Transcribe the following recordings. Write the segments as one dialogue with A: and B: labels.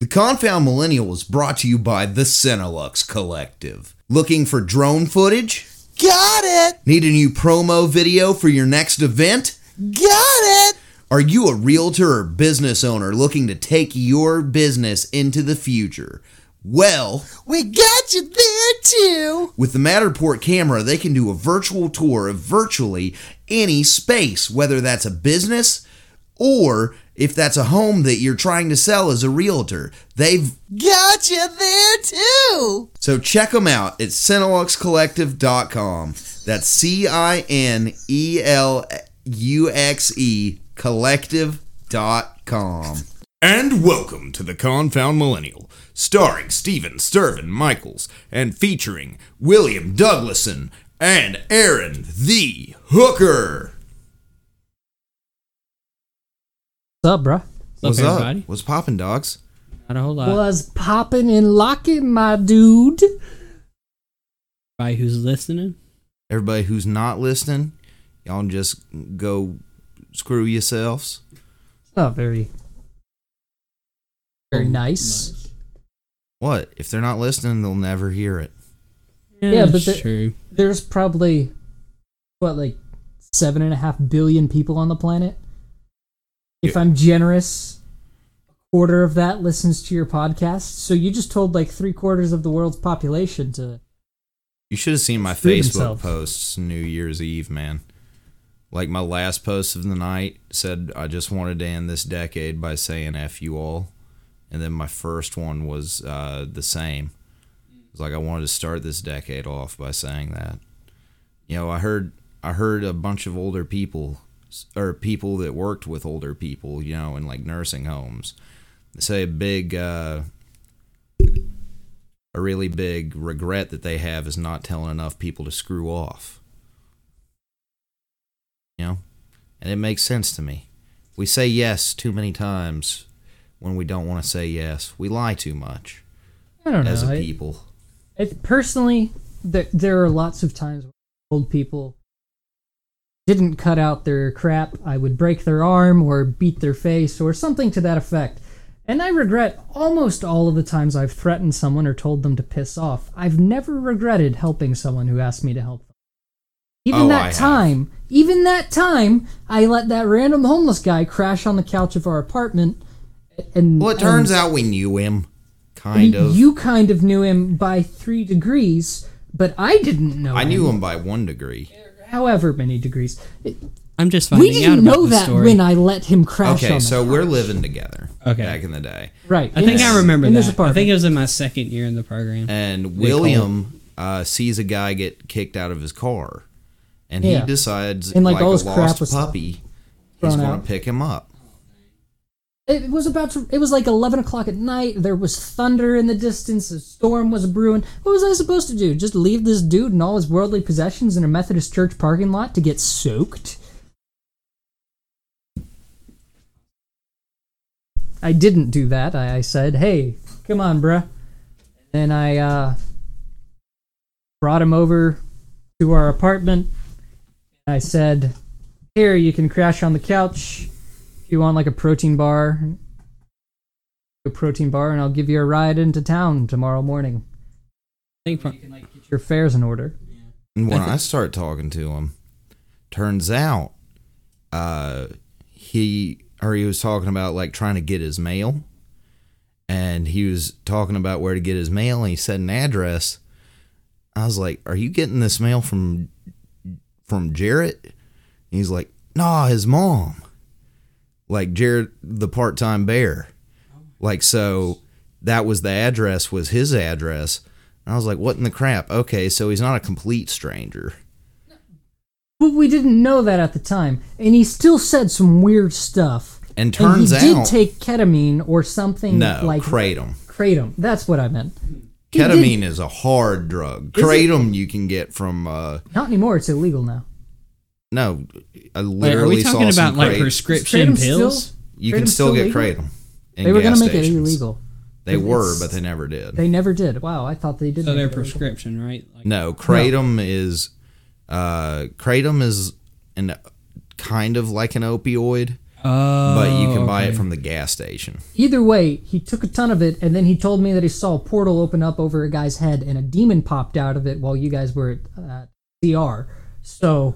A: The Confound Millennial was brought to you by the Cinelux Collective. Looking for drone footage?
B: Got it!
A: Need a new promo video for your next event?
B: Got it!
A: Are you a realtor or business owner looking to take your business into the future? Well,
B: We got you there too!
A: With the Matterport camera, they can do a virtual tour of virtually any space, whether that's a business or if that's a home that you're trying to sell as a realtor. They've
B: Got you there too!
A: so check them out at CineluxCollective.com. That's C I N E L U X E Collective.com. And welcome to the Confound Millennial, starring Steven Sturvin Michaels and featuring William Douglason and Aaron the Hooker.
C: What's up, bruh?
A: What's
C: up,
A: up?
C: everybody?
A: What's poppin', dogs?
C: Not a whole lot.
D: was popping and locking, my dude.
C: Everybody who's listening,
A: Everybody who's not listening, y'all just go screw yourselves.
D: Not Oh, very, very nice.
A: What? If they're not listening, they'll never hear it.
C: Yeah,
D: Yeah, but
C: that's
D: the-
C: true.
D: There's probably what like seven and a half billion people on the planet. If I'm generous, a quarter of that listens to your podcast. So you just told like three quarters of the world's population to.
A: You should have seen my
D: Screw
A: Facebook
D: themselves.
A: posts New Year's Eve, man. Like my last post of the night said, I just wanted to end this decade by saying F you all. And then my first one was uh, the same. It's like I wanted to start this decade off by saying that. You know, I heard I heard a bunch of older people s- or people that worked with older people, you know, in like nursing homes. They say a big uh, a really big regret that they have is not telling enough people to screw off. You know? And it makes sense to me. We say yes too many times when we don't want to say yes. We lie too much
D: I don't know.
A: as a
D: I-
A: people.
D: It, personally, there, there are lots of times where old people didn't cut out their crap. I would break their arm or beat their face or something to that effect. And I regret almost all of the times I've threatened someone or told them to piss off. I've never regretted helping someone who asked me to help them. Even
A: Oh, I
D: that
A: have.
D: time, even that time, I let that random homeless guy crash on the couch of our apartment. And
A: Well, it turns
D: and-
A: out we knew him. Kind
D: y-
A: of.
D: You kind of knew him by three degrees, but I didn't know.
A: I knew him by one degree.
D: however many degrees. It-
C: I'm just finding
D: we
C: out
D: didn't
C: about
D: know
C: the
D: that
C: story.
D: when I let him crash.
A: Okay,
D: on the
A: so
D: couch.
A: we're living together
C: Okay.
A: back in the day.
D: right.
C: I
D: in
C: think
D: this-
C: I remember
D: in
C: that.
D: This
C: I
D: apartment.
C: think it was in my second year in the program.
A: and
C: They call-
A: William uh, sees a guy get kicked out of his car, and
D: Yeah.
A: he decides,
D: And, like,
A: like,
D: all
A: a
D: his crap
A: lost
D: was
A: puppy,
D: thrown
A: he's going
D: out.
A: to pick him up.
D: It was about to. It was like eleven o'clock at night. There was thunder in the distance. A storm was brewing. What was I supposed to do? Just leave this dude and all his worldly possessions in a Methodist church parking lot to get soaked? I didn't do that. I, I said, "Hey, come on, bruh," and I uh, brought him over to our apartment. I said, "Here, you can crash on the couch." if you want like a protein bar a protein bar and i'll give you a ride into town tomorrow morning
C: I think pro-
D: get your fares in order
A: And when
C: I thi-
A: I start talking to him, turns out uh, he or he was talking about like trying to get his mail, and he was talking about where to get his mail, and he said an address. I was like, "Are you getting this mail from from Jarrett?" And he's like, "Nah, his mom." Like Jarrett, the part time bear. Like so, that was the address was his address. And I was like, what in the crap? Okay, so he's not a complete stranger.
D: but we didn't know that at the time and he still said some weird stuff
A: And turns
D: and he
A: out,
D: did take ketamine or something
A: no,
D: like
A: kratom.
D: kratom that's what i meant He did-
A: Ketamine is a hard drug.
D: Is it?
A: Kratom you can get from uh
D: not anymore it's illegal now
A: no, I
C: Wait, are
A: literally
C: we
A: saw
C: talking
A: some
C: about like
A: kratom.
C: prescription
D: Kratom's still-
C: pills?
A: you can
D: kratom's
A: still,
D: still
A: get
D: legal?
A: kratom. In
D: they were
A: gas
D: gonna make
A: stations.
D: it illegal
A: They were,
D: It's-
A: but they never did.
D: they never did wow i thought they did
C: so
D: make
C: they're
D: it illegal.
C: prescription, right? Like,
A: No, kratom is uh kratom is an kind of like an opioid.
C: Oh,
A: but you can buy it
C: okay.
A: from the gas station.
D: Either way, he took a ton of it, and then he told me that he saw a portal open up over a guy's head, and a demon popped out of it while you guys were at uh, CR. So,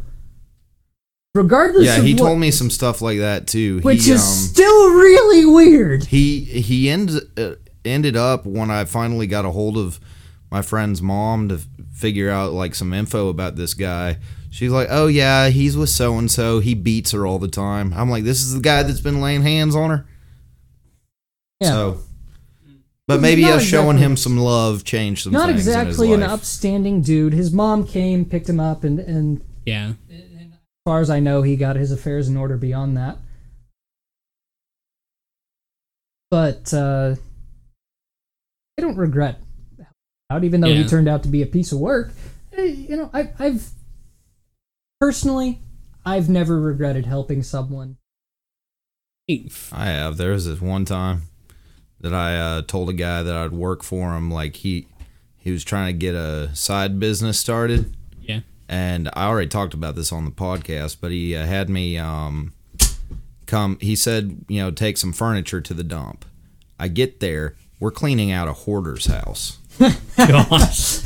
D: regardless
A: Yeah,
D: of
A: he
D: what,
A: told me some stuff like that too.
D: which
A: he,
D: is
A: um,
D: still really weird.
A: he he ended uh, ended up when I finally got a hold of my friend's mom to f- figure out like some info about this guy. She's like, "Oh yeah, he's with so and so. He beats her all the time." I'm like, "This is the guy that's been laying hands on her."
D: Yeah.
A: So, but maybe
D: Not
A: us showing
D: exactly-
A: him some love changed some.
D: Not
A: things in his
D: exactly an
A: life.
D: upstanding dude. His mom came, picked him up, and and as
C: yeah.
D: far as I know, he got his affairs in order beyond that. But uh, I don't regret out, even though he
C: Yeah.
D: turned out to be a piece of work. Eh, You know, I, I've personally, I've never regretted helping someone.
A: I have. There was this one time that I uh, told a guy that I'd work for him. Like he he was trying to get a side business started,
C: Yeah.
A: and I already talked about this on the podcast. But he uh, had me um, come. He said, you know, take some furniture to the dump. I get there. We're cleaning out a hoarder's house,
C: Gosh.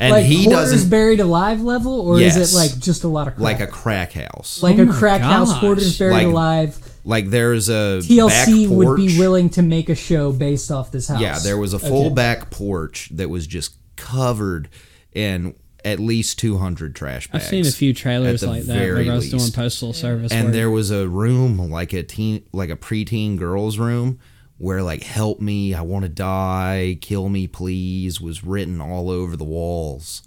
A: and
D: like
A: he
D: hoarders
A: doesn't
D: buried alive level, or is
A: Yes.
D: it like just a lot of crap?
A: like a crack house.
D: like
C: Oh
D: a
C: my
D: crack house
C: gosh.
D: hoarders buried
A: Like,
D: alive?
A: Like there's a back
D: TLC would
A: porch.
D: be willing to make a show based off this house.
A: Yeah, there was a full back porch that was just covered in at least 200 trash
C: I've
A: bags.
C: seen a few trailers
A: At the
C: like that
A: very
C: whenever I was doing
A: least.
C: postal service
A: And
C: work.
A: there was a room like a teen like a preteen girls room where like help me, I want to die, kill me please was written all over the walls.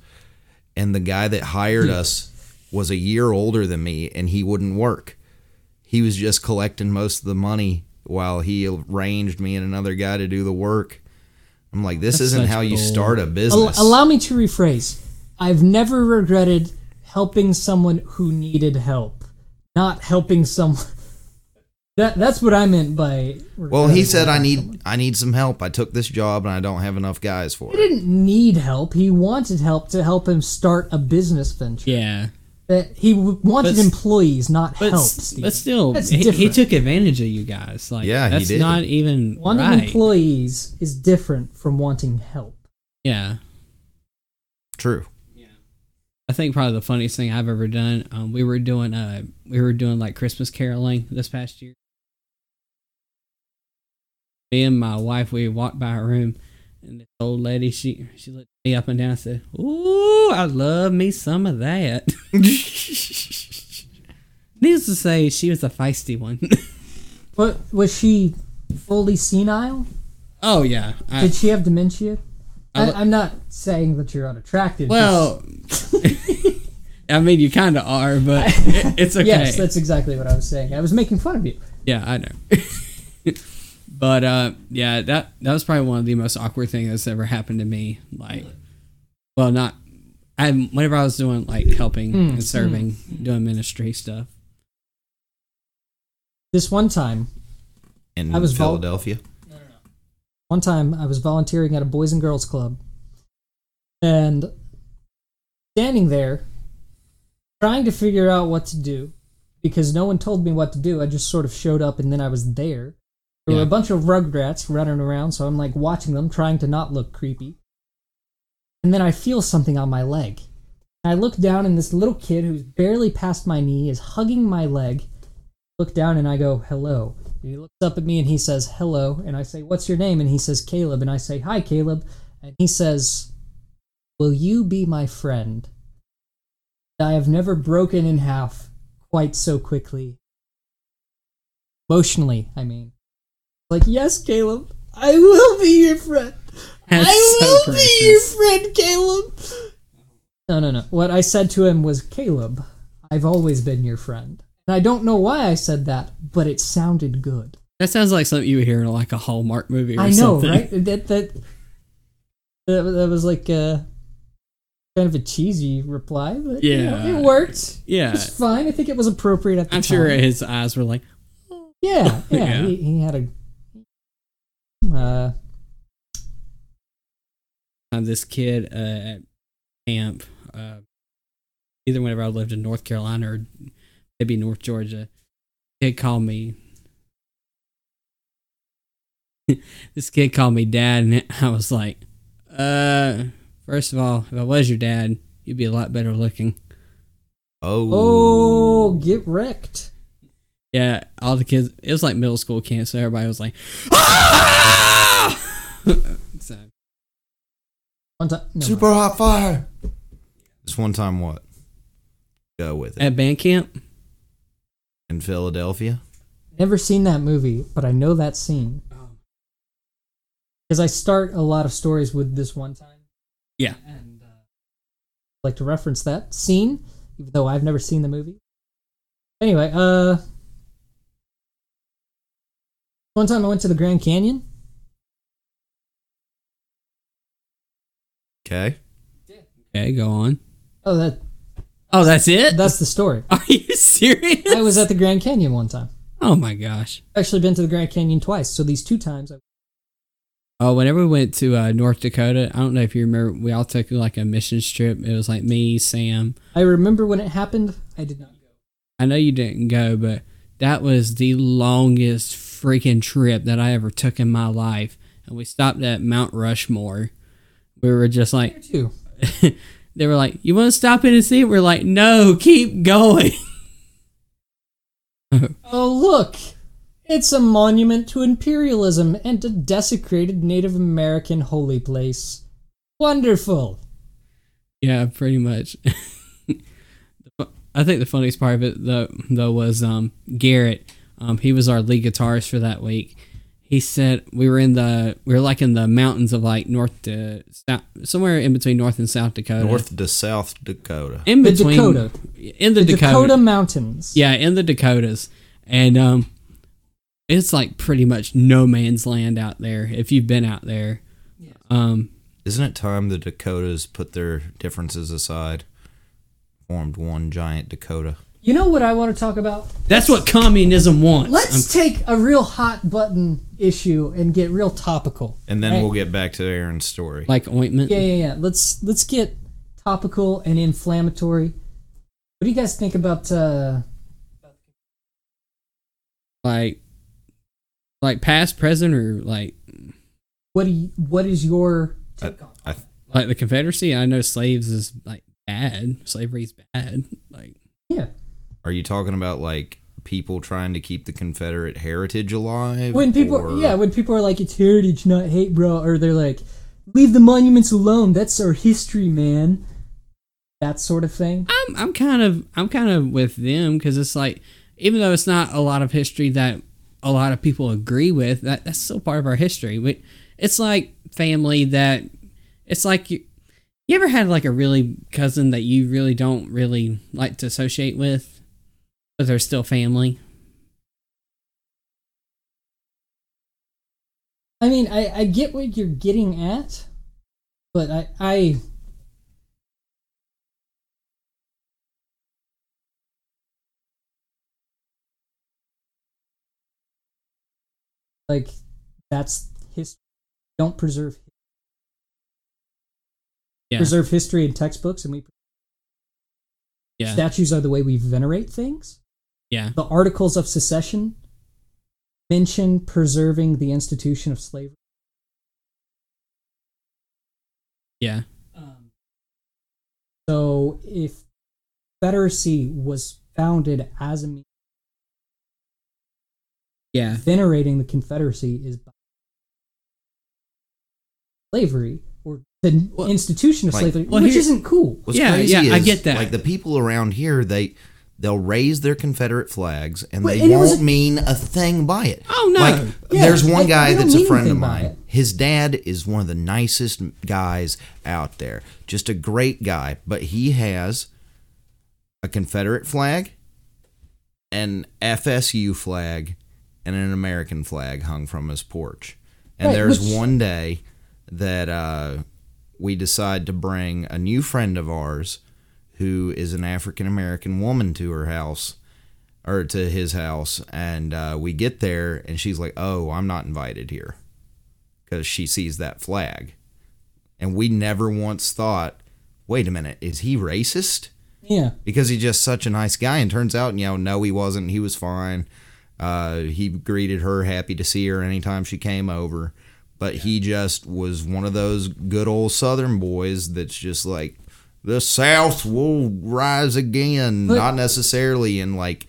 A: And the guy that hired us was a year older than me and he wouldn't work. He was just collecting most of the money while he arranged me and another guy to do the work. I'm like, this isn't
C: such
A: how you
C: bull.
A: start a
D: Al-
A: business.
D: allow me to rephrase. I've never regretted helping someone who needed help, not helping someone. That that's what I meant by.
A: Well, he
D: regretting
A: said I
D: helping
A: need
D: someone."
A: I need some help. I took this job and I don't have enough guys for
D: He
A: it.
D: didn't need help. He wanted help to help him start a business venture.
C: yeah.
D: That he w- wanted
C: But s-
D: employees, not
C: But,
D: help.
C: s-
D: Steve.
C: but still,
D: That's
C: he, he
D: different.
C: took advantage of you guys. Like,
A: Yeah, he
C: that's
A: did.
C: not even
D: wanting
C: right.
D: employees is different from wanting help.
C: yeah.
A: True.
C: I think probably the funniest thing I've ever done. Um, we were doing uh, we were doing like Christmas caroling this past year. Me and my wife, we walked by her room, and this old lady, she she looked me up and down and said, "Ooh, I love me some of that." Needless to say, she was a feisty one.
D: What was she fully senile?
C: oh yeah, I,
D: Did she have dementia?
C: I
D: I,
C: lo-
D: I'm not saying that you're unattractive.
C: well, I mean you kind of are, but it, it's
D: just-
C: okay.
D: yes, that's exactly what I was saying. I was making fun of you.
C: Yeah, I know. but uh, yeah, that that was probably one of the most awkward things that's ever happened to me. Like, well, not I. Whenever I was doing like helping
D: Mm,
C: and serving, doing ministry stuff.
D: This one time,
A: In
D: I was vol-
A: Philadelphia.
D: one time I was volunteering at a boys and girls club, and standing there, trying to figure out what to do, because no one told me what to do. I just sort of showed up, and then I was there. There were
C: Yeah.
D: a bunch of rugrats running around, so I'm like watching them, trying to not look creepy. And then I feel something on my leg. And I look down, and this little kid who's barely past my knee is hugging my leg. Look down, and I go, hello. And he looks up at me and he says, hello. And I say, what's your name? And he says, Caleb. And I say, hi, Caleb. And he says, will you be my friend? I have never broken in half quite so quickly. Emotionally, I mean. Like, yes, Caleb, I will be your friend.
C: That's
D: I
C: so
D: will be your
C: precious.
D: friend, Caleb. No, no, no. What I said to him was, Caleb, I've always been your friend. And I don't know why I said that, but it sounded good.
C: That sounds like something you would hear in like a Hallmark movie. Or
D: I know,
C: something.
D: right? That that that, that was like a, kind of a cheesy reply, but you know,
C: Yeah.
D: it worked. It
C: Yeah,
D: was fine. I think it was appropriate at the
C: I'm
D: time.
C: sure his eyes were like,
D: Yeah, yeah.
C: Yeah.
D: He, he had a. Uh,
C: uh, this kid uh, at camp, uh, either whenever I lived in North Carolina or maybe North Georgia, kid called me. this kid called me dad, and I was like, uh, first of all, if I was your dad, you'd be a lot better looking.
A: Oh.
D: Oh, get wrecked.
C: Yeah, all the kids, it was like middle school camp, so everybody was like, so,
D: One time. no,
A: Super hot fire. This one time, what? Go with it.
C: at band camp,
A: In Philadelphia?
D: Never seen that movie, but I know that scene. Because I start a lot of stories with this one time.
C: Yeah.
D: And uh, I'd like to reference that scene, even though I've never seen the movie. Anyway, uh. One time I went to the Grand Canyon.
A: Okay.
C: okay, go on.
D: Oh, that
C: Oh, that's it?
D: that's the story.
C: Are you serious?
D: I was at the Grand Canyon one time.
C: Oh my gosh.
D: I've actually been to the Grand Canyon twice, so these two times I
C: Oh, whenever we went to uh, North Dakota, I don't know if you remember, we all took like a missions trip. It was like me, Sam.
D: I remember when it happened. I did not go.
C: I know you didn't go, but that was the longest freaking trip that I ever took in my life. And we stopped at Mount Rushmore. We were just like,
D: Two.
C: they were like, you want to stop in and see it? We're like, no, keep going.
D: Oh, look! It's a monument to imperialism and a desecrated Native American holy place. Wonderful!
C: Yeah, pretty much. I think the funniest part of it though, though was um, Garrett. Um, he was our lead guitarist for that week. He said we were in the we were like in the mountains of like north to south, somewhere in between North and South Dakota.
A: North to South Dakota.
C: in
D: The
C: between
D: Dakota.
C: in the,
D: The Dakota,
C: Dakota.
D: Mountains.
C: Yeah, in the Dakotas, and um, it's like pretty much no man's land out there. If you've been out there, um,
A: Isn't it time the Dakotas put their differences aside, formed one giant Dakota?
D: You know what I want to talk about?
C: that's what communism wants.
D: Let's take a real hot button issue and get real topical.
A: And then
D: Right.
A: we'll get back to Aaron's story.
C: like ointment.
D: Yeah, yeah, yeah. Let's let's get topical and inflammatory. What do you guys think about uh
C: like like past present or like
D: what do you, what is your
A: I,
C: Uh,
A: I,
C: like the confederacy i know slaves is like bad slavery's bad like
D: yeah
A: are you talking about like people trying to keep the Confederate heritage alive?
D: when people
A: or-
D: yeah when people are like it's heritage not hate bro or they're like leave the monuments alone that's our history man that sort of thing
C: i'm i'm kind of i'm kind of with them because it's like even though it's not a lot of history that a lot of people agree with that that's still part of our history we, it's like family that it's like you, you ever had like a really cousin that you really don't really like to associate with but they're still family
D: i mean i i get what you're getting at but i i like that's history don't preserve
C: yeah
D: preserve history in textbooks and we
C: yeah
D: statues are the way we venerate things
C: yeah
D: the Articles of Secession mention preserving the institution of slavery.
C: yeah
D: Um, so, if Confederacy was founded as a means
C: yeah
D: of venerating the Confederacy is by slavery or the
C: Well,
D: institution of
A: like-
D: slavery,
C: Well,
D: which
C: here-
D: isn't cool.
A: What's
C: Yeah,
A: crazy
C: yeah, I
A: is,
C: get that.
A: Like the people around here, they they'll raise their Confederate flags and
D: Well,
A: they
D: and it was
A: won't
D: a-
A: mean a thing by it.
C: Oh, no.
A: Like
D: Yeah,
A: there's one
D: they-
A: guy
D: they don't
A: that's a
D: mean
A: friend of
D: anything by it.
A: mine. His dad is one of the nicest guys out there. Just a great guy, but he has a Confederate flag, an FSU flag, and an American flag hung from his porch. And
D: Right,
A: there's
D: which-
A: one day that uh, we decide to bring a new friend of ours who is an African American woman to her house or to his house. And uh, we get there and she's like, oh, I'm not invited here because she sees that flag. And we never once thought, wait a minute, is he racist?
D: Yeah.
A: because he's just such a nice guy. And turns out, you know, no, he wasn't. He was fine. Uh, he greeted her, happy to see her anytime she came over. But he just was one of those good old Southern boys that's just like, the South will rise again.
D: But-
A: Not necessarily in like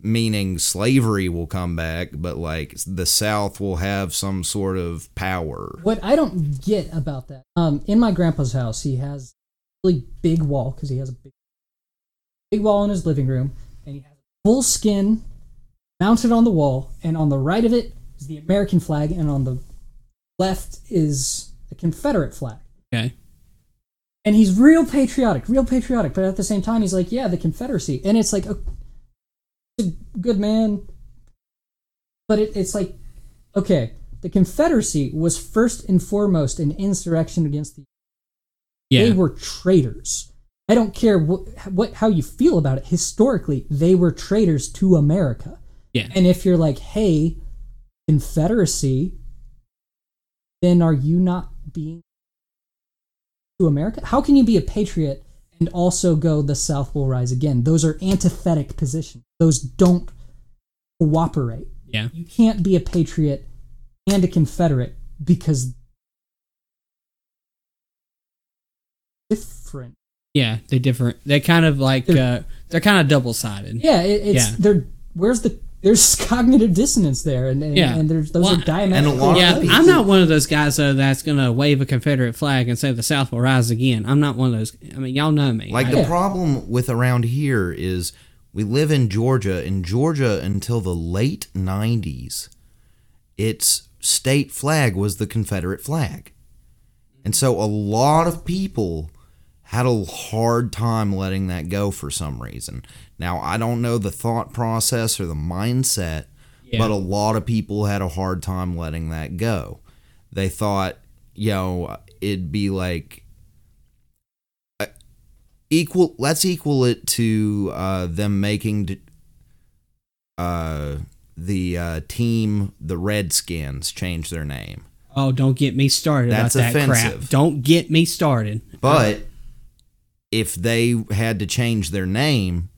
A: meaning slavery will come back, but like the South will have some sort of power.
D: What I don't get about that, um, in my grandpa's house, he has a really big wall because he has a big, big wall in his living room, and he has a full skin mounted on the wall, and on the right of it is the American flag, and on the left is the Confederate flag.
C: Okay.
D: And he's real patriotic, real patriotic, but at the same time, he's like, yeah, the Confederacy, and it's like a, it's a good man, but it, it's like Okay, the Confederacy was first and foremost an insurrection against the. They
C: Yeah.
D: were traitors. I don't care what, what how you feel about it. Historically, they were traitors to America.
C: Yeah.
D: And if you're like, hey, Confederacy, then are you not being to America? How can you be a patriot and also go the South will rise again? Those are antithetic positions. Those don't cooperate
C: Yeah.
D: you can't be a patriot and a confederate because different
C: Yeah. They're different. They're kind of like, uh, they're kind of double sided.
D: yeah it, it's
C: Yeah.
D: there where's the there's cognitive dissonance there and and,
C: Yeah.
D: and there's those
C: Well,
D: are diametrical
A: and a lot of
C: Yeah,
D: opposites.
C: I'm not one of those guys though that's gonna wave a Confederate flag and say the South will rise again. I'm not one of those. I mean, y'all know me.
A: Like
C: I-
A: the
D: Yeah.
A: problem with around here is we live in Georgia, and Georgia until the late '90s, its state flag was the Confederate flag, and so a lot of people had a hard time letting that go for some reason. Now I don't know the thought process or the mindset, but a lot of people had a hard time letting that go. They thought, you know, it'd be like uh, equal let's equal it to uh, them making d- uh, the uh, team the redskins change their name
C: oh, don't get me started
A: That's
C: about that
A: offensive.
C: crap. Don't get me started.
A: but if they had to change their name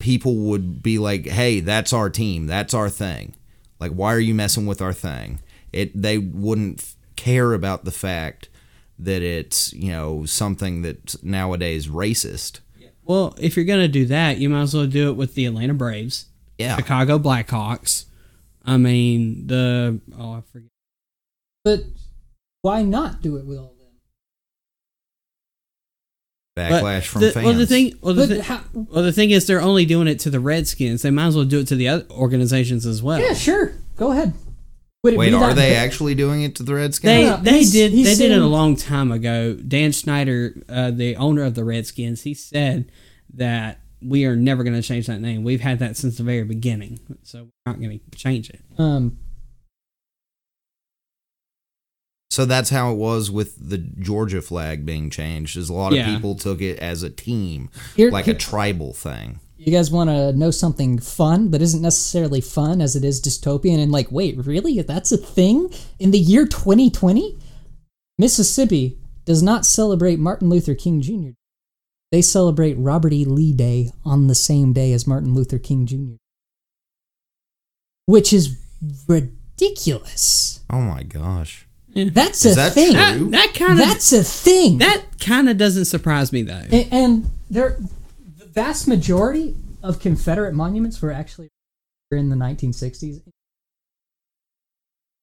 A: people would be like hey that's our team that's our thing like why are you messing with our thing it they wouldn't f- care about the fact that it's you know something that's nowadays racist
C: Well, if you're gonna do that, you might as well do it with the Atlanta Braves,
A: yeah
C: Chicago Blackhawks. I mean, the oh, I forget.
D: but why not do it with all them
A: backlash
C: But
A: from
C: the,
A: fans
C: Well, the thing, well the,
D: But
C: thi-
D: how-
C: well, the thing is, they're only doing it to the Redskins. They might as well do it to the other organizations as well.
D: yeah sure go ahead Would it
A: Wait,
D: be
A: are
D: that
A: they
D: big?
A: actually doing it to the
C: They
A: Redskins?
D: Yeah,
C: they
D: he's-
C: did
D: he's
C: they did it a
D: saying-
C: long time ago. Dan Schneider, uh, the owner of the Redskins, he said that we are never going to change that name. We've had that since the very beginning, so we're not going to change it.
D: um
A: so that's how it was with the Georgia flag being changed. Is a lot of
C: Yeah.
A: people took it as a team,
D: here,
A: like a tribal thing.
D: you guys want to know something fun that isn't necessarily fun as it is dystopian and like wait really that's a thing in the year 2020 mississippi does not celebrate martin luther king jr they celebrate robert e lee day on the same day as martin luther king jr which is ridiculous
A: Oh my gosh!
D: that's
A: Is
D: a
A: that
D: thing
A: true?
C: That, that kind of
D: that's a thing
C: that kind of doesn't surprise me though.
D: A- and there, the vast majority of Confederate monuments were actually in the 1960s,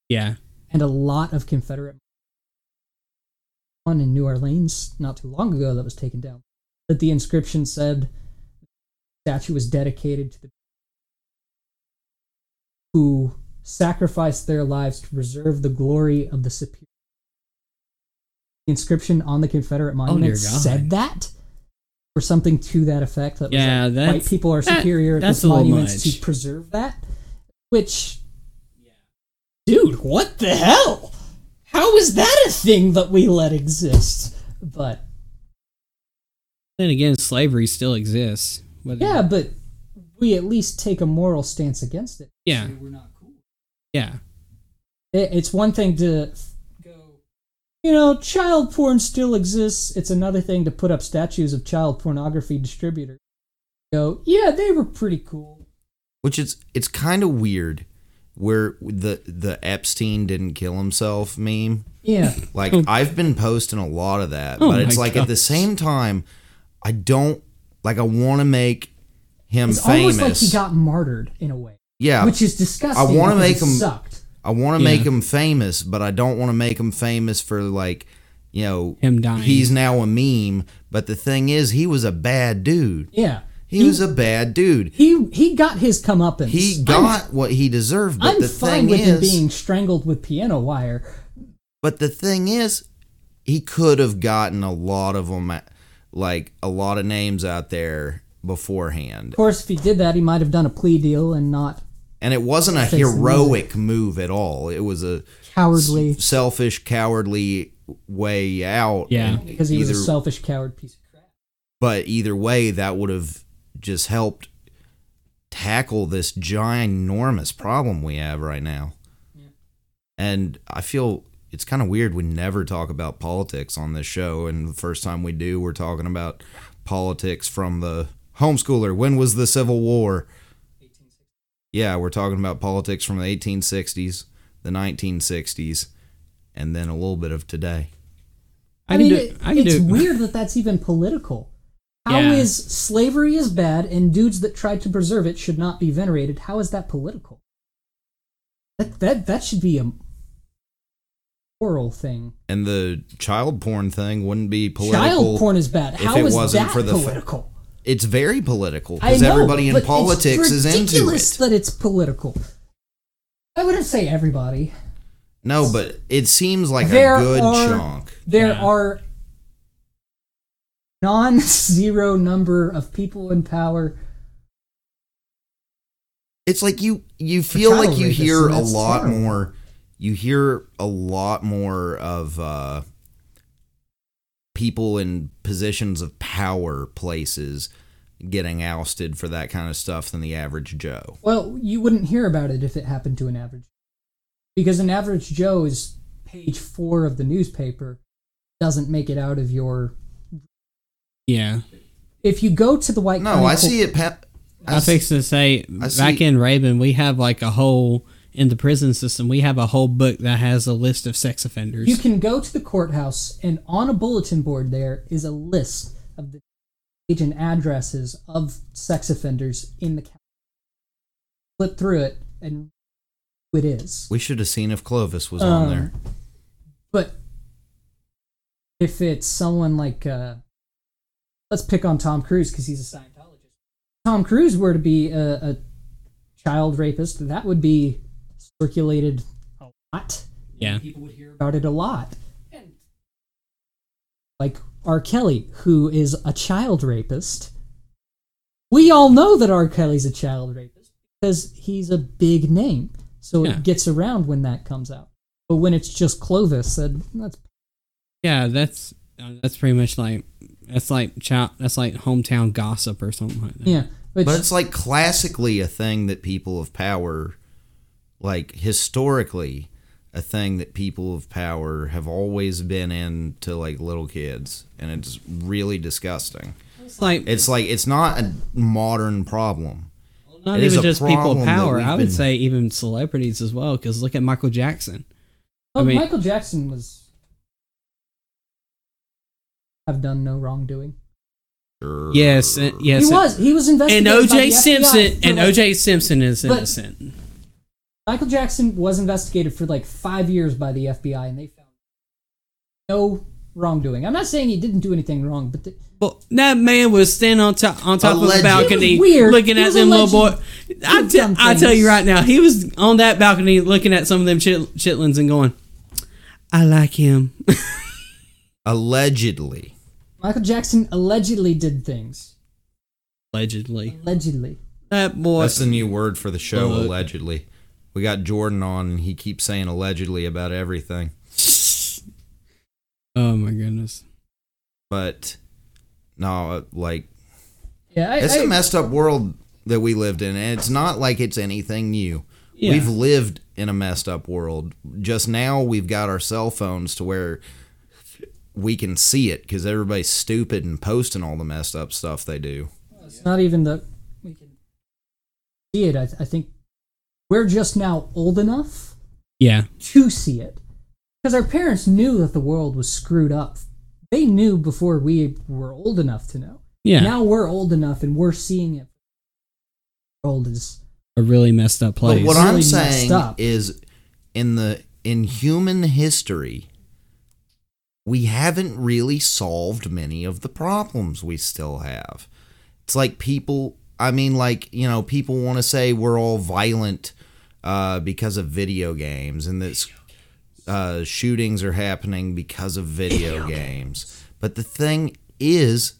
C: yeah,
D: and a lot of Confederate one in New Orleans not too long ago that was taken down. But the inscription said the statue was dedicated to the who sacrificed their lives to preserve the glory of the superior. The inscription on the Confederate monument
C: Oh, dear God.
D: said that, or something to that effect. That
C: Yeah,
D: was like,
C: that's-
D: white people are
C: that-
D: superior at
C: that's
D: this
C: a little
D: monuments
C: much.
D: to preserve that. Which, dude, what the hell? How is that a thing that we let exist? But
C: then again, slavery still exists. Whether-
D: yeah, but we at least take a moral stance against it.
C: yeah,
D: We're not cool.
C: yeah,
D: It, it's one thing to go, you know, child porn still exists. It's another thing to put up statues of child pornography distributors. Go, yeah, they were pretty cool.
A: which is it's kind of weird where the the Epstein didn't kill himself meme.
D: Yeah.
A: Like I've been posting a lot of that,
C: Oh
A: but it's
C: my
A: like at the
C: gosh.
A: same time, I don't like I want to make him
D: It's
A: famous.
D: almost like he got martyred in a way,
A: yeah,
D: which is disgusting.
A: I wanna
D: because
A: make
D: it
A: him-
D: sucked.
A: I want to
C: Yeah.
A: make him famous, but I don't want to make him famous for like, you know,
C: Him dying.
A: He's now a meme, but the thing is, he was a bad dude.
D: Yeah.
A: He, was a bad dude.
D: he he got his comeuppance.
A: He got what he deserved, but
D: I'm
A: the thing
D: fine with
A: is,
D: him being strangled with piano wire.
A: but the thing is, he could have gotten a lot of them, like a lot of names out there beforehand,
D: Of course, if he did that, he might have done a plea deal and not
A: and it wasn't a
D: Fix the music.
A: heroic move at all. It was a
D: cowardly
A: selfish, cowardly way out.
C: Yeah.
A: and
D: because he was a
A: either-
D: selfish coward piece of crap.
A: But either way, that would have just helped tackle this ginormous problem we have right now. And I feel it's kind of weird we never talk about politics on this show. And the first time we do, we're talking about politics from the homeschooler. When was the Civil War? Yeah, we're talking about politics from the 1860s, the 1960s, and then a little bit of today.
C: I, can
D: mean,
C: do.
D: it-
C: I can
D: it's
C: do.
D: weird that that's even political. How is
C: Yeah.
D: slavery is bad and dudes that tried to preserve it should not be venerated? How is that political? That that that should be a moral thing.
A: And the child porn thing wouldn't be political.
D: Child porn is bad.
A: if
D: How
A: it
D: is
A: wasn't
D: that
A: for the fa-
D: political?
A: It's very political
D: I
A: because
D: know,
A: everybody in
D: but it's
A: politics is into
D: ridiculous
A: it.
D: that it's political. I wouldn't say everybody.
A: No, but it seems like
D: there
A: a good
D: are
A: chunk.
D: there
C: Yeah.
D: are non-zero number of people in power.
A: It's like you you feel like
D: child
A: you
D: rapists,
A: hear
D: and
A: a
D: that's
A: lot
D: terrible.
A: more. You hear a lot more of uh, people in positions of power places getting ousted for that kind of stuff than the average Joe.
D: Well, you wouldn't hear about it if it happened to an average, because an average Joe is page four of the newspaper. Doesn't make it out of your.
C: Yeah.
D: If you go to the White
A: No,
D: County
A: I
D: Cor-
A: see it. Pep.
C: I was fixing to say
A: I see-
C: back in Raven, we have like a whole in the prison system. We have a whole book that has a list of sex offenders.
D: You can go to the courthouse, and on a bulletin board there is a list of the age and addresses of sex offenders in the county. Flip through it, and who it is.
A: We should have seen if Clovis was
D: Um,
A: on there.
D: But if it's someone like, uh, let's pick on Tom Cruise because he's a Scientologist. Tom Cruise were to be a, a child rapist, that would be circulated a lot.
C: yeah,
D: people would hear about it a lot. Like R. Kelly, who is a child rapist. We all know that R. Kelly's a child rapist because he's a big name. So
C: Yeah.
D: it gets around when that comes out. But when it's just Clovis, said that's
C: yeah. That's uh, that's pretty much like that's like child that's like hometown gossip or something like that.
D: yeah. Which,
A: But it's like classically a thing that people of power, like historically, a thing that people of power have always been into, like little kids, and it's really disgusting.
C: It's like
A: It's like it's not a modern problem.
C: not
A: it is
C: even
A: a
C: just people
A: problem
C: of
A: that
C: power.
A: we've
C: I would
A: been-
C: say even celebrities as well. Because look at Michael Jackson.
D: oh,
C: I mean-
D: Michael Jackson was have done no wrongdoing.
A: Sure.
C: Yes, and, yes.
D: he was. He was
C: And
D: investigated. by the
C: OJ
D: FBI
C: Simpson
D: for,
C: and
D: like,
C: OJ Simpson is
D: But-
C: innocent.
D: Michael Jackson was investigated for like five years by the FBI, and they found no wrongdoing. I'm not saying he didn't do anything wrong, but the,
C: Well, that man was standing on top on top of
A: Alleged.
C: the
D: He
C: balcony,
D: was weird.
C: looking
D: He
C: at
D: was
C: them little
D: alleged.
C: boy. I
D: He's
C: te-
D: done
C: I tell
D: things.
C: you right now, he was on that balcony looking at some of them chit- chitlins and going, "I like him."
A: Allegedly,
D: Michael Jackson allegedly did things.
C: Allegedly,
D: Allegedly,
C: that boy.
A: that's the new word for the show.
C: Look.
A: Allegedly, we got Jordan on, and he keeps saying allegedly about everything.
C: oh my goodness.
A: But no, uh, like
D: yeah. I,
A: It's a
D: I,
A: messed up world that we lived in, and it's not like it's anything new.
C: Yeah.
A: We've lived in a messed up world. Just now, we've got our cell phones to where we can see it because everybody's stupid and posting all the messed up stuff they do.
D: it's not even the. We can see it. I, I think we're just now old enough
C: Yeah.
D: to see it because our parents knew that the world was screwed up. They knew before we were old enough to know.
C: Yeah.
D: Now we're old enough and we're seeing it. Old is
C: a really messed up place.
A: But what
D: Really
A: I'm
D: messed
A: saying
D: up.
A: is, in the in human history, we haven't really solved many of the problems we still have. It's like people. I mean, like you know, people want to say we're all violent uh, because of video games, and that uh, shootings are happening because of video games. But the thing is,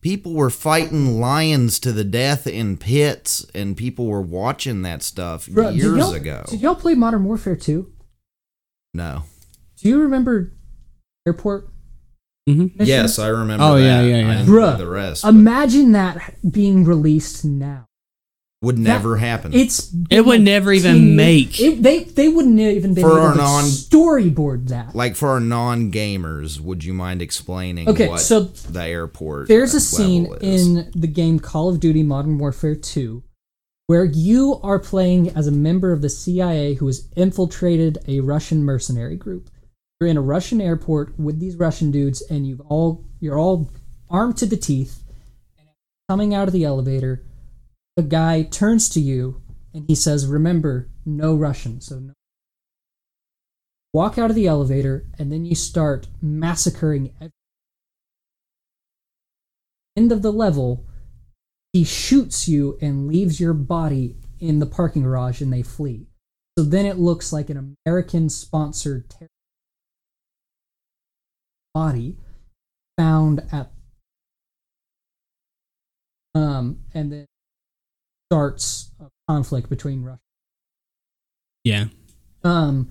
A: people were fighting lions to the death in pits and people were watching that stuff
D: Bruh, did
A: years
D: y'all-
A: ago
D: Did y'all play Modern Warfare 2?
A: no
D: Do you remember airport?
C: hmm
D: mission?
A: yes i remember
C: Oh, yeah,
A: that.
C: yeah,
A: I
C: yeah.
A: didn't play
D: Bruh,
A: the rest but
D: imagine that being released now.
A: would never happen
D: It's
C: It would never even
D: 10 years-
C: make-
D: It, they they wouldn't even be
A: For
D: able
A: our
D: to
A: non-
D: storyboard that.
A: like for our non-gamers would you mind explaining
D: Okay,
A: what
D: so
A: the airport
D: There's a
A: level
D: scene
A: is?
D: in the game Call of Duty Modern Warfare 2 where you are playing as a member of the CIA who has infiltrated a Russian mercenary group. You're in a Russian airport with these Russian dudes and you've all you're all armed to the teeth. Coming out of the elevator, the guy turns to you and he says, "Remember, no Russian." So no Walk out of the elevator and then you start massacring end of the level, he shoots you and leaves your body in the parking garage and they flee. So then it looks like an American sponsored terror body found at um and then starts a conflict between Russia
C: Yeah.
D: um,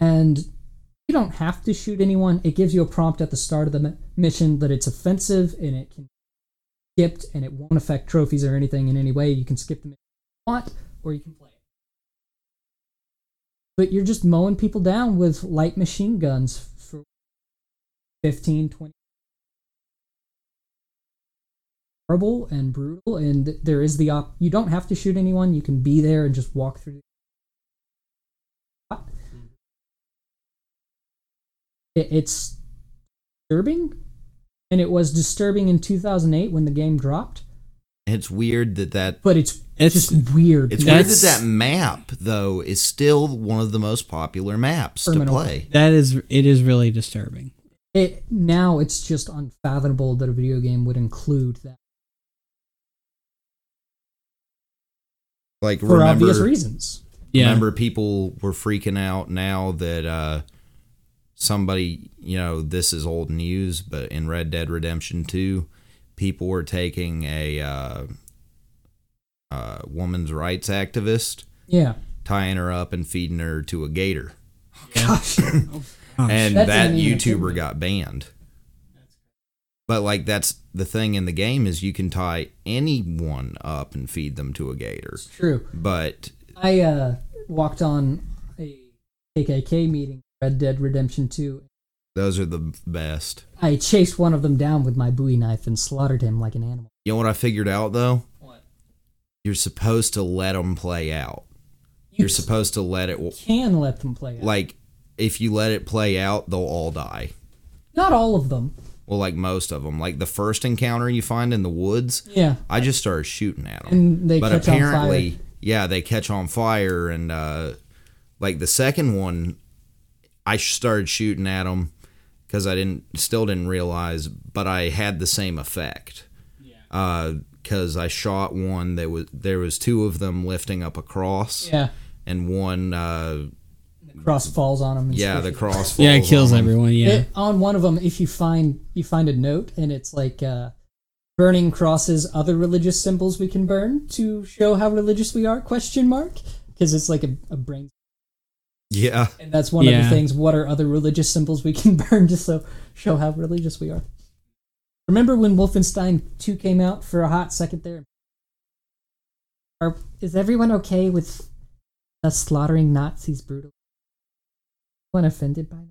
D: and you don't have to shoot anyone. It gives you a prompt at the start of the mi- mission that it's offensive and it can be skipped and it won't affect trophies or anything in any way. You can skip the mission if you want or you can play it. But you're just mowing people down with light machine guns for 15, 20. Horrible and brutal, and there is the op. You don't have to shoot anyone. You can be there and just walk through it, it's disturbing and it was disturbing in 2008 when the game dropped
A: it's weird that that
D: but it's,
C: It's-
D: just weird
A: it's weird
C: That's-
A: that that map though is still one of the most popular maps to
D: Terminal.
A: play
C: That is it is really disturbing.
D: it now it's just unfathomable that a video game would include that
A: like
D: for
A: remember
D: obvious reasons
C: Yeah.
A: Remember, people were freaking out now that uh, somebody, you know, this is old news, but in Red Dead Redemption 2, people were taking a uh, uh, woman's rights activist,
D: yeah
A: tying her up and feeding her to a gator.
D: gosh
C: Oh,
A: and
D: That
A: that
D: isn't even a
A: YouTuber
D: thing.
A: got banned. But, like, that's the thing in the game is you can tie anyone up and feed them to a gator.
D: it's true
A: But
D: i uh walked on a kkk meeting red dead redemption 2
A: those are the best.
D: i chased one of them down with my bowie knife and slaughtered him like an animal
A: You know what I figured out though?
D: What?
A: You're supposed to let them play out.
D: you
A: You're supposed to let it
D: can let them play it.
A: like if you let it play out, they'll all die.
D: not all of them
A: Well, like most of them, like the first encounter you find in the woods,
D: yeah
A: I just started shooting at them.
D: and they
A: but
D: catch
A: apparently,
D: on fire
A: yeah, they catch on fire, and uh, like the second one, I sh- started shooting at them because I didn't, still didn't realize, but I had the same effect. Because I shot one that was there was two of them lifting up a cross,
D: yeah
A: and one, uh,
D: cross falls on him. And
A: yeah, the
D: stuff.
A: cross.
C: yeah, it
A: falls
C: kills
A: on 'em.
C: everyone. Yeah.
D: It- on one of them, if you find you find a note and it's like uh, burning crosses, other religious symbols we can burn to show how religious we are? Question mark because it's like a, a brain,
A: Yeah,
D: and that's one of
C: Yeah.
D: the things. What are other religious symbols we can burn to so show how religious we are? Remember when Wolfenstein Two came out for a hot second there? Are, is everyone okay with us slaughtering Nazis brutally? Anyone offended by that?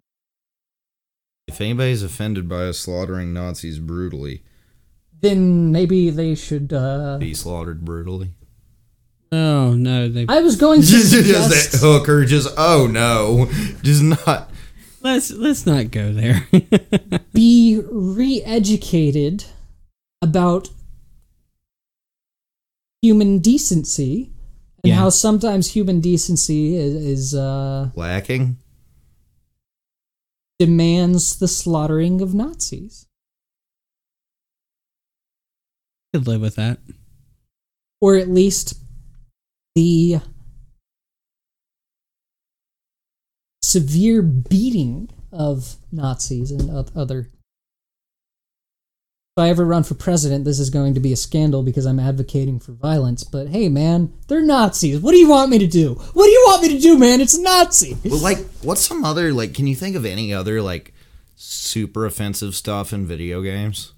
A: if anybody's offended by us slaughtering Nazis brutally,
D: then maybe they should uh
A: be slaughtered brutally.
C: Oh no, they
D: I was going to
A: Just, just
D: suggest-
A: that hooker, just oh no, just not.
C: let's let's not go there.
D: be re-educated about human decency and
C: Yeah.
D: how sometimes human decency is, is uh,
A: lacking.
D: demands the slaughtering of Nazis
C: Could live with that.
D: or at least the severe beating of Nazis and oth- other if I ever run for president, this is going to be a scandal because I'm advocating for violence. But hey, man, they're Nazis. What do you want me to do? What do you want me to do, man? It's a Nazi.
A: Well, like, what's some other like? Can you think of any other like super offensive stuff in video games?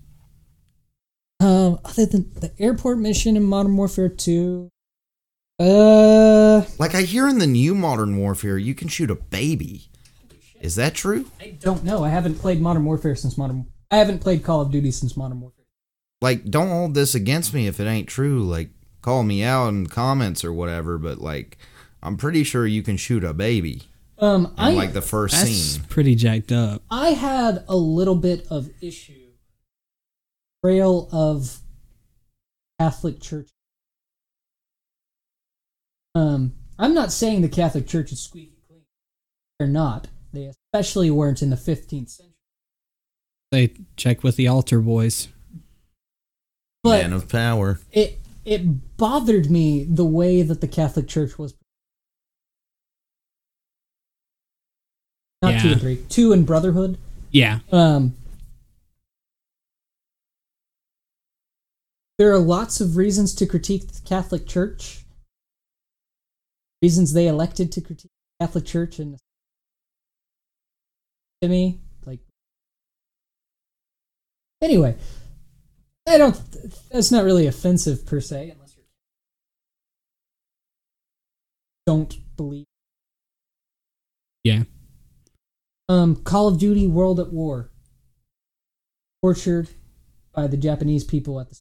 D: Um, other than the airport mission in Modern Warfare 2, uh,
A: Like, I hear in the new Modern Warfare, you can shoot a baby. Is that true?
D: I don't know. I haven't played Modern Warfare since Modern. I haven't played Call of Duty since Modern Warfare.
A: Like, don't hold this against me if it ain't true. Like, call me out in the comments or whatever. But like, I'm pretty sure you can shoot a baby
D: Um,
A: in
D: I
A: like the first
C: That's
A: scene.
C: pretty jacked up.
D: I had a little bit of issue. Trail of Catholic Church. Um, I'm not saying the Catholic Church is squeaky clean. They're not. They especially weren't in the 15th century.
C: They check with the altar boys.
D: But
A: Man of power.
D: it it bothered me the way that the Catholic Church was. Not two
C: Yeah.
D: and three, two and brotherhood.
C: Yeah,
D: Um, there are lots of reasons to critique the Catholic Church. Reasons they elected to critique the Catholic Church and to me, like anyway, I don't. That's not really offensive per se, unless you don't believe.
C: yeah.
D: Um, Call of Duty World at War. Tortured by the Japanese people at the.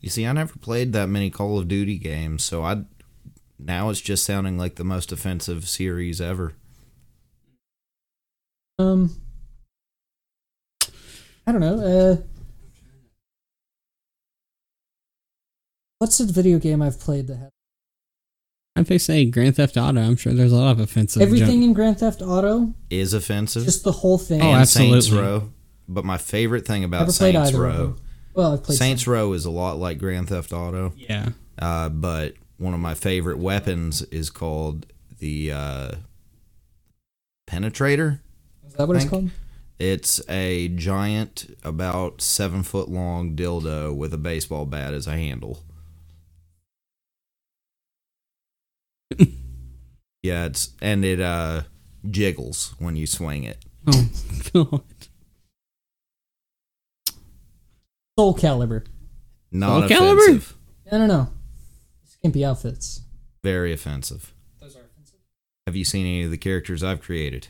A: You see, I never played that many Call of Duty games, so I now it's just sounding like the most offensive series ever.
D: Um. I don't know. Uh, what's a video game I've played that has
C: I'm fixating Grand Theft Auto. I'm sure there's a lot of offensive.
D: everything
C: junk.
D: in Grand Theft Auto?
A: Is offensive.
D: Just the whole thing.
C: Oh,
A: and Saints
C: absolutely.
A: Row. But my favorite thing about
D: Never played
A: Saints
D: either. of
A: Row,
D: them. Well, I've played
A: Saints Row is a lot like Grand Theft Auto,
C: Yeah.
A: uh, but one of my favorite weapons is called the uh, Penetrator.
D: some. Is that what it's
A: Thank-
D: called?
A: It's a giant, about seven foot long dildo with a baseball bat as a handle. yeah, it's and it uh, jiggles when you swing it.
C: Oh God.
D: Soul Calibur.
A: Not
C: Soul Calibur?
A: offensive.
D: I don't know. Skimpy outfits.
A: Very offensive.
D: Those are offensive.
A: Have you seen any of the characters I've created?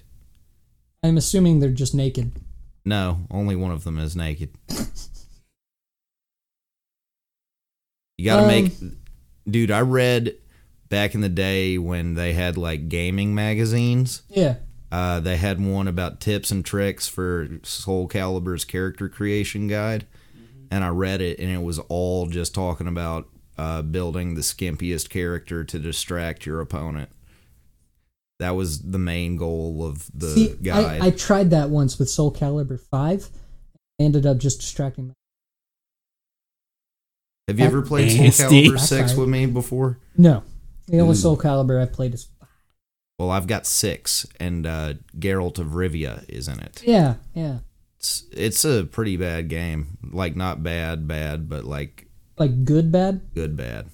D: I'm assuming they're just naked.
A: No, only one of them is naked. You gotta
D: Um,
A: make. Dude, I read back in the day when they had like gaming magazines.
D: Yeah.
A: Uh, they had one about tips and tricks for Soul Calibur's character creation guide,
D: Mm-hmm.
A: and I read it, and it was all just talking about uh, building the skimpiest character to distract your opponent. That was the main goal of the
D: See,
A: guide.
D: I, I tried that once with Soul Calibur 5. Ended up just distracting my
A: Have you ever played Soul
C: Nasty.
A: Calibur Six with me before?
D: No. The only
A: Mm.
D: Soul Calibur I've played is
A: Well, I've got six, and uh, Geralt of Rivia is in it.
D: Yeah, yeah.
A: It's it's a pretty bad game. Like not bad, bad, but like
D: Like good, bad.
A: good bad.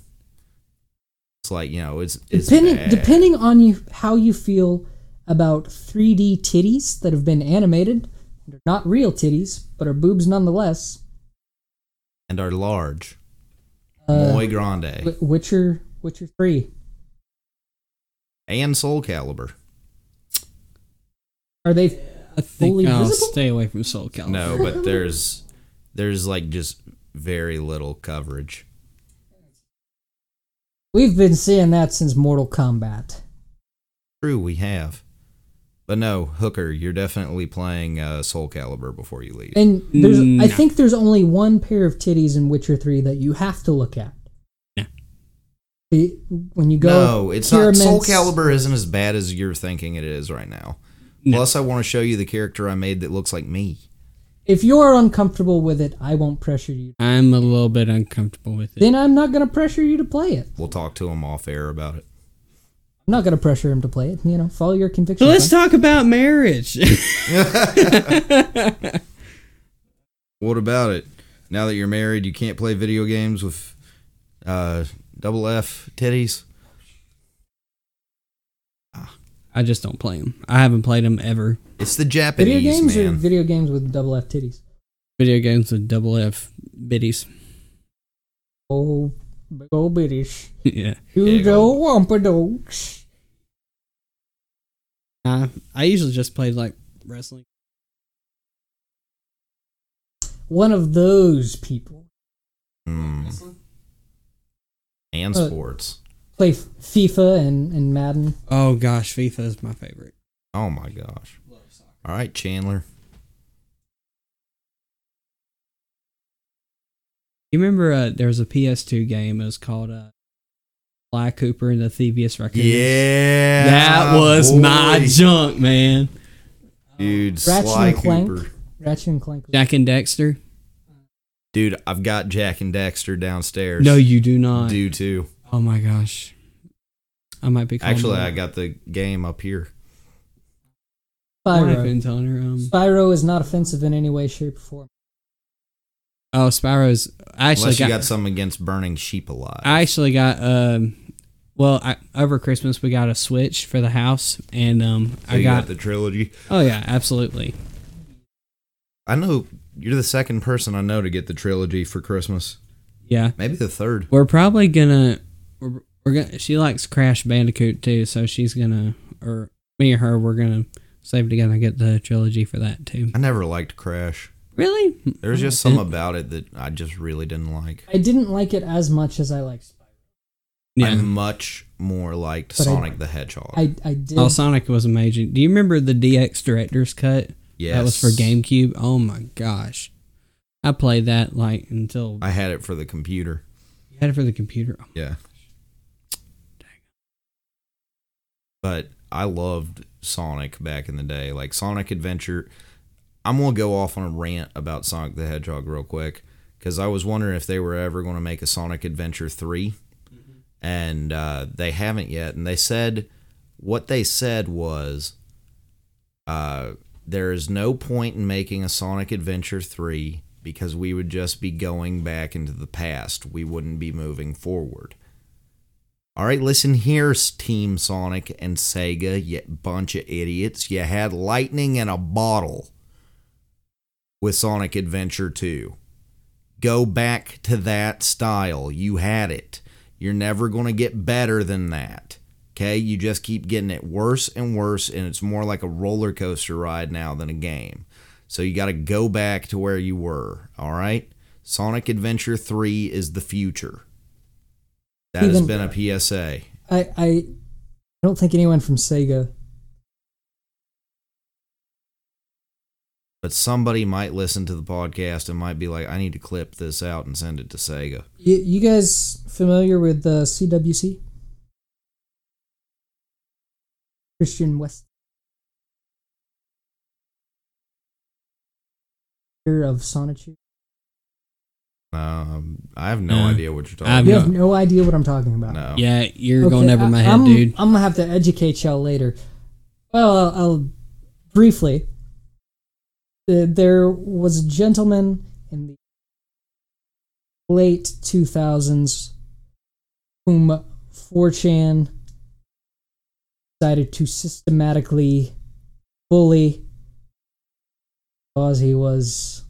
A: It's like you know, it's it's
D: depending
A: bad.
D: depending on you how you feel about 3D titties that have been animated, they're not real titties, but are boobs nonetheless.
A: and are large.
D: Uh,
A: Muy Grande
D: Wi- Witcher, Witcher Three.
A: and Soul Calibur.
D: Are they?
C: I think
D: Fully
C: I'll
D: visible?
C: stay Oh. away from Soul Calibur.
A: No, but there's there's like just very little coverage.
D: We've been seeing that since Mortal Kombat.
A: True, we have. But no, Hooker, you're definitely playing uh, Soul Calibur before you leave.
D: And there's, I
C: No.
D: think there's only one pair of titties in Witcher 3 that you have to look at.
C: No.
D: The- when you go.
A: no, it's not. Soul
D: Pyramid's-
A: Calibur isn't as bad as you're thinking it is right now. Plus, I want to show you the character I made that looks like me.
D: If you're uncomfortable with it, I won't pressure you.
C: I'm a little bit uncomfortable with it.
D: Then I'm not going to pressure you to play it.
A: We'll talk to him off air about it.
D: I'm not going to pressure him to play it. You know, follow your
C: So
D: convictions.
C: let's
D: huh?
C: talk about marriage.
A: What about it? Now that you're married, you can't play video games with uh, double F titties.
C: I just don't play them. I haven't played them ever.
A: It's the
D: video
A: Japanese
D: games or
A: man.
D: video games with double F titties?
C: Video games with double F biddies.
D: Oh, big old bittish.
C: yeah.
D: You
A: Big
D: don't
A: old-
D: want dogs.
C: Uh, I usually just play like wrestling.
D: One of those people.
A: Hmm. And
D: Uh,
A: sports.
D: Play F- FIFA and, and Madden.
C: Oh gosh, FIFA is my favorite.
A: Oh my gosh. All right, Chandler.
C: You remember uh, there was a PS2 game. It was called uh, Fly Cooper and the Thievius Raccoon.
A: Yeah.
C: that was
A: boy.
C: my junk, man.
A: Dude,
D: Ratchet
A: Sly
D: and Clank.
A: Cooper.
D: Ratchet and Clank.
C: Jack and Dexter.
A: Dude, I've got Jack and Daxter downstairs.
C: No, you do not.
A: do too.
C: Oh my gosh, I might be. calling
A: Actually,
C: her.
A: I got the game up here.
C: My
D: Spyro.
C: phone's on her. Um,
D: Spyro is not offensive in any way, shape, or form.
C: oh, Spyro's. I actually
A: Unless you
C: got.
A: got something against burning sheep alive.
C: I actually got. Um, well, I, over Christmas we got a Switch for the house, and um,
A: So
C: I
A: you
C: got.
A: the trilogy.
C: oh yeah, absolutely.
A: I know you're the second person I know to get the trilogy for Christmas.
C: Yeah,
A: Maybe the third.
C: we're probably gonna we're, we're gonna she likes crash bandicoot too so she's gonna or me and her we're gonna save together and get the trilogy for that too
A: I never liked Crash.
C: really
A: There was just some about it that I just really didn't like.
D: I didn't like it as much as I liked
A: I
D: Spyro.
C: yeah
A: much more liked
D: But I-
A: Sonic the Hedgehog.
D: I, I did.
C: oh sonic was amazing do you remember the dx director's cut
A: yes.
C: that was for gamecube oh my gosh i played that like until
A: I had it for the computer.
C: you had it for the computer
A: Yeah. But I loved Sonic back in the day. Like Sonic Adventure. I'm going to go off on a rant about Sonic the Hedgehog real quick because I was wondering if they were ever going to make a Sonic Adventure 3. And uh, they haven't yet. And they said, what they said was, uh, there is no point in making a Sonic Adventure 3 because we would just be going back into the past. We wouldn't be moving forward. All right, listen here, S- Team Sonic and Sega, you bunch of idiots. You had lightning in a bottle with Sonic Adventure 2. Go back to that style. You had it. You're never going to get better than that. Okay? You just keep getting it worse and worse, and it's more like a roller coaster ride now than a game. So you got to go back to where you were. All right? Sonic Adventure 3 is the future. That has
D: Even-
A: been a PSA.
D: I, I don't think anyone from Sega.
A: But somebody might listen to the podcast and might be like, I need to clip this out and send it to Sega.
D: You, you guys familiar with uh, CWC? Christian West. Of Sonichu.
A: Um, I have no
C: Uh,
A: idea what you're talking
C: I've
D: You
A: about.
D: have no idea what I'm talking about.
A: No.
C: yeah you're
D: Okay,
C: going over
D: I-
C: my head
D: I'm,
C: dude
D: I'm gonna have to educate y'all later. Well, I'll, I'll briefly. Th- There was a gentleman in the late 2000s whom 4chan decided to systematically bully because he was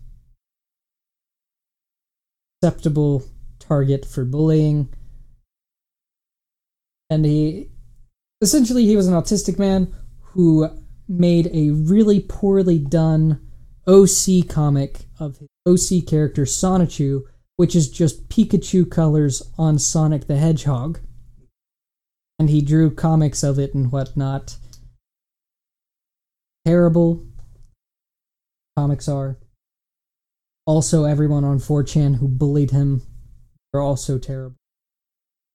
D: acceptable target for bullying and he essentially he was an autistic man who made a really poorly done OC comic of his OC character Sonichu, which is just Pikachu colors on Sonic the Hedgehog. and he drew comics of it and whatnot. Terrible comics are. Also, everyone on 4chan who bullied him are also terrible.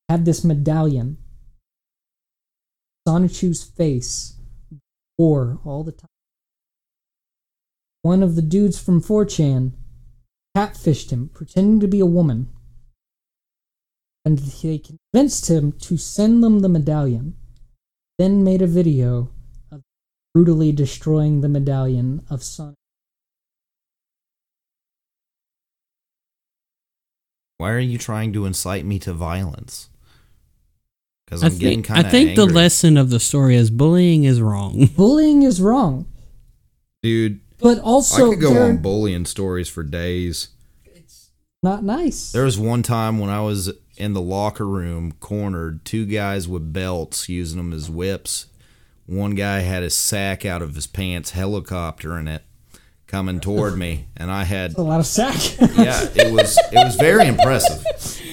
D: Had this medallion. Sonichu's face wore all the time. One of the dudes from 4chan catfished him, pretending to be a woman and they convinced him to send them the medallion. Then made a video of brutally destroying the medallion of Sonic.
A: Why are you trying to incite me to violence? Because
C: I
A: I'm getting
C: think,
A: kind of.
C: I think the lesson of the story is bullying is wrong.
D: Bullying is wrong,
A: dude.
D: but also
A: I could go
D: they're
A: on bullying stories for days.
D: not nice.
A: There was one time when I was in the locker room, cornered, two guys with belts using them as whips. One guy had his sack out of his pants, helicopter in it, coming toward me, and I had
D: a lot of sack.
A: yeah, it was it was very impressive.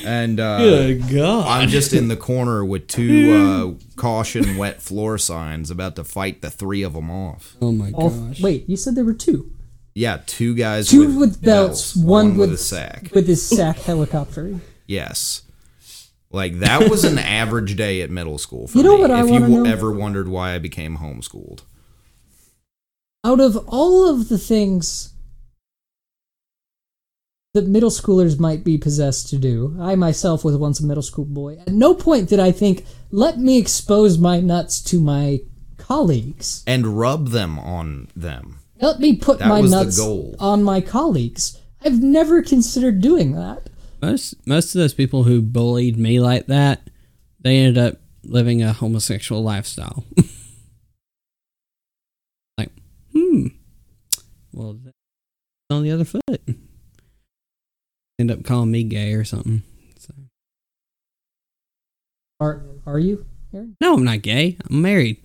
A: And uh,
C: God.
A: I'm just in the corner with two uh, caution wet floor signs, about to fight the three of them off.
C: Oh my
D: All-
C: gosh.
D: wait, you said there were two.
A: Yeah, two guys,
D: Two
A: with,
D: with belts, one
A: with,
D: with-
A: a sack.
D: With his sack helicopter.
A: Yes. Like that was an average day at middle school for
D: You know
A: me.
D: what I
A: if you
D: wanna know?
A: ever wondered why I became homeschooled,
D: Out of all of the things that middle schoolers might be possessed to do, I myself was once a middle school boy. At no point did I think, let me expose my nuts to my colleagues.
A: and rub them on them.
D: Let me put
A: That
D: my
A: was the
D: nuts
A: goal.
D: on my colleagues. I've never considered doing that.
C: Most most of those people who bullied me like that, they ended up living a homosexual lifestyle. like, hmm. Well, that's on the other foot, end up calling me gay or something. So,
D: Are are you, Aaron?
C: no, I'm not gay. I'm married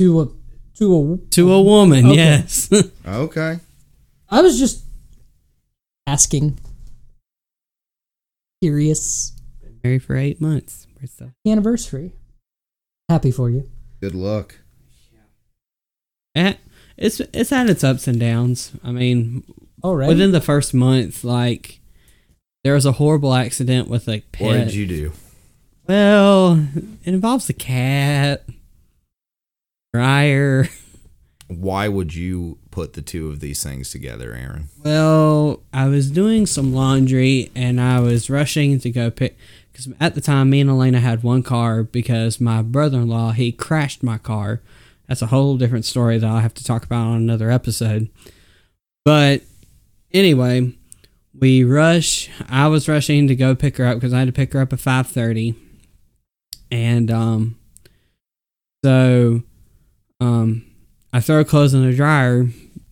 D: To a to a
C: to a woman.
D: Okay.
C: Yes.
A: Okay.
D: I was just asking. Curious
C: married for eight months. We're still-
D: anniversary. Happy for you.
A: Good luck.
C: Eh, It's it's had its ups and downs. I mean,
D: All right.
C: within the first month, like there was a horrible accident with a pet.
A: What did you do?
C: Well, it involves the cat, dryer.
A: Why would you put the two of these things together, Aaron?
C: Well, I was doing some laundry and I was rushing to go pick because at the time me and Elena had one car because my brother-in-law he crashed my car. That's a whole different story that I'll have to talk about on another episode. But anyway, we rush. I was rushing to go pick her up because I had to pick her up at five thirty, and um, so um, I throw clothes in the dryer,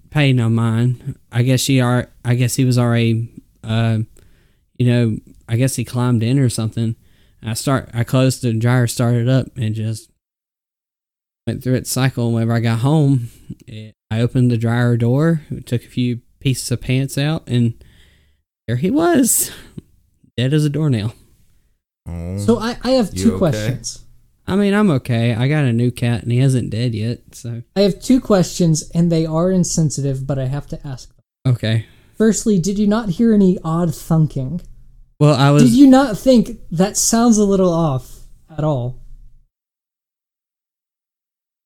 C: pay no mind. I guess she are. I guess he was already, uh, you know, I guess he climbed in or something. I start. I closed the dryer, started up, and just went through its cycle. Whenever I got home, it, I opened the dryer door, took a few pieces of pants out, and there he was, dead as a doornail.
A: Oh,
D: so I, I have
A: You
D: two
A: okay?
D: questions.
C: I mean, I'm okay. I got a new cat, and he isn't dead yet. So
D: I have two questions and they are insensitive, but I have to ask them.
C: okay.
D: Firstly, did you not hear any odd thunking?
C: Well, I
D: Did
C: was.
D: you not think that sounds a little off at all?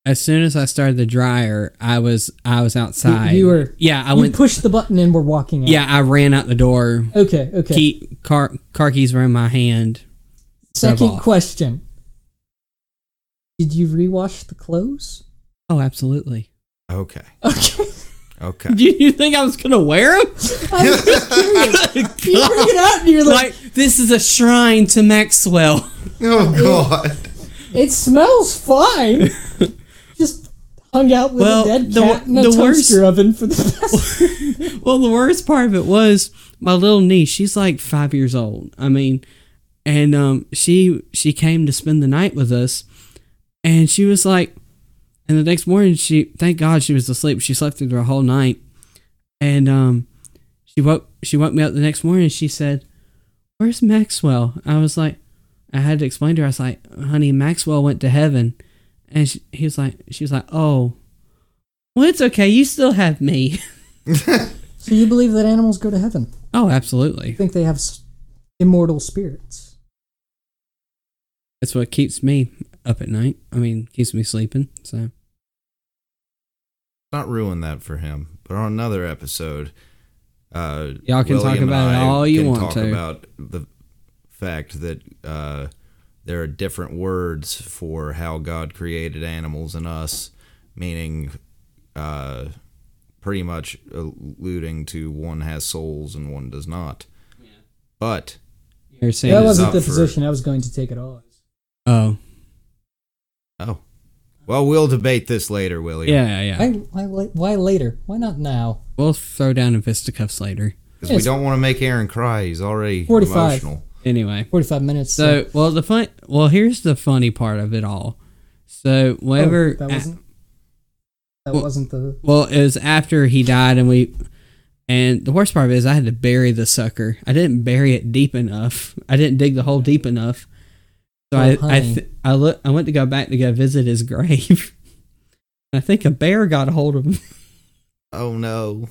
C: as soon as I started the dryer, I was I was outside.
D: you were-
C: yeah. I
D: you
C: went
D: pushed the button and we're walking out.
C: yeah. I ran out the door.
D: Okay, okay.
C: Key car car keys were in my hand.
D: Second
C: off.
D: question. Did you rewash the clothes?
C: Oh, absolutely.
A: okay.
D: Okay.
A: Okay.
C: Do you think I was gonna wear them?
D: I was just curious. You bring it out and you're like,
C: like this is a shrine to Maxwell.
A: Oh God.
D: it smells fine. just hung out with
C: Well,
D: a dead
C: the-
D: cat in a
C: the
D: toaster
C: worst-
D: oven for the past.
C: well, the worst part of it was my little niece. She's like five years old. I mean, and um, she she came to spend the night with us, and she was like, and the next morning she thank God she was asleep. She slept through the whole night, and um, she woke she woke me up the next morning. She said, "Where's Maxwell?" I was like, I had to explain to her. I was like, "Honey, Maxwell went to heaven," and she, he was like, "She was like, oh, well, it's okay. You still have me."
D: So you believe that animals go to heaven?
C: Oh,
D: You
C: absolutely.
D: think they have s- immortal spirits?
C: That's what keeps me up at night. I mean, keeps me sleeping. So
A: Not ruin that for him, but on another episode, uh,
C: Y'all can talk
A: William and
C: about it
A: I
C: all you
A: can
C: want
A: talk
C: to.
A: about the fact that uh, there are different words for how God created animals and us, meaning uh, pretty much alluding to one has souls and one does not. But
C: you're saying,
D: that
A: is
D: wasn't
A: up
D: the
A: for-
D: position I was going to take at all.
C: oh,
A: oh, well, we'll debate this later, William.
C: yeah, yeah.
D: Why, why, la- why later? Why not now?
C: We'll throw down in fisticuffs later.
A: Because we
D: Yes.
A: don't want to make Aaron cry. He's already
D: 45.
A: emotional.
C: Anyway,
D: 45 minutes.
C: so well the fun. Well, here's the funny part of it all. So
D: Oh,
C: whatever.
D: that wasn't. That
C: Well-
D: wasn't the.
C: Well, it was after he died, and we. And the worst part is, I had to bury the sucker. I didn't bury it deep enough. I didn't dig the hole deep enough. So
D: Oh,
C: I, I,
D: honey.
C: th- I look. I went to go back to go visit his grave. I think a bear got a hold of him.
A: Oh no.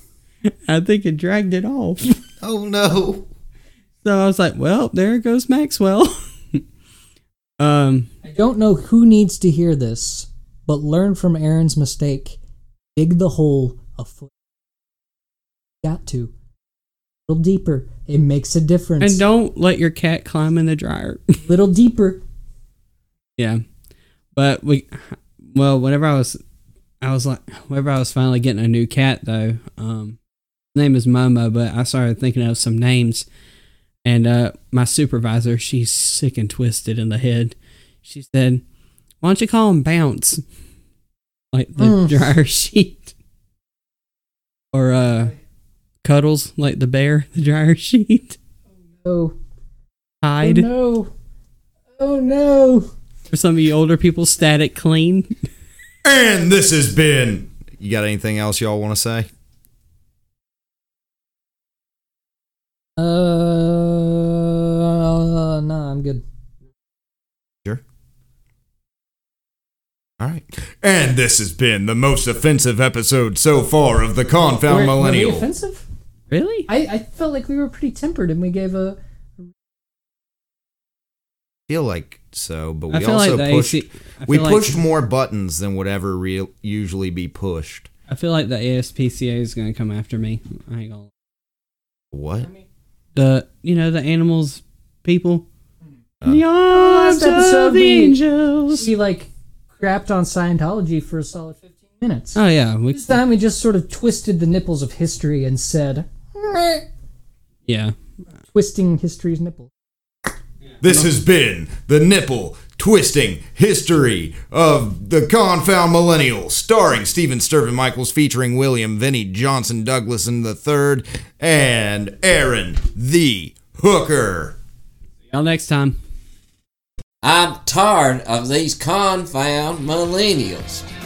C: I think it dragged it off.
A: Oh no.
C: So I was like, "Well, there goes Maxwell." um.
D: I don't know who needs to hear this, but learn from Aaron's mistake. Dig the hole a foot. Got to. A little deeper. It makes a difference.
C: And don't let your cat climb in the dryer.
D: little deeper.
C: Yeah, but we, well, whenever I was, I was like, whenever I was finally getting a new cat though, um, his name is Momo, but I started thinking of some names, and uh, my supervisor, she's sick and twisted in the head. She said, "Why don't you call him Bounce, like the
D: Mm.
C: dryer sheet, or uh, Cuddles, like the bear, the dryer sheet,
D: Oh, oh
C: Hide."
D: no. Oh no.
C: For some of you older people, Static Clean.
A: And this has been. You got anything else y'all want to say?
D: Uh, nah, I'm good.
A: Sure. All right. And this has been the most offensive episode so far of the Confound
D: Were- were we
A: Millennial.
D: offensive?
C: Really?
D: I, I felt like we were pretty tempered and we gave a.
A: feel like so, but we
C: I feel
A: also
C: like the
A: pushed.
C: AC I
A: we
C: feel like-
A: pushed more buttons than would ever real usually be pushed.
C: I feel like the ASPCA is going to come after me. I ain't gonna. lie.
A: What?
C: The you know the animals people.
A: Uh.
C: the
D: Last
C: arms
D: episode
C: of the
D: we-
C: angels.
D: She, like, crapped on Scientology for a solid 15 minutes.
C: oh yeah, we,
D: This time we just sort of twisted the nipples of history and said,
C: yeah.
D: twisting history's nipples.
A: This has been the nipple twisting history of the confound millennial, starring Steven Sturvin Michaels, featuring William Vinnie Johnson Douglas in the third, and Aaron the Hooker.
C: Y'all next time.
E: I'm tired of these confound millennials.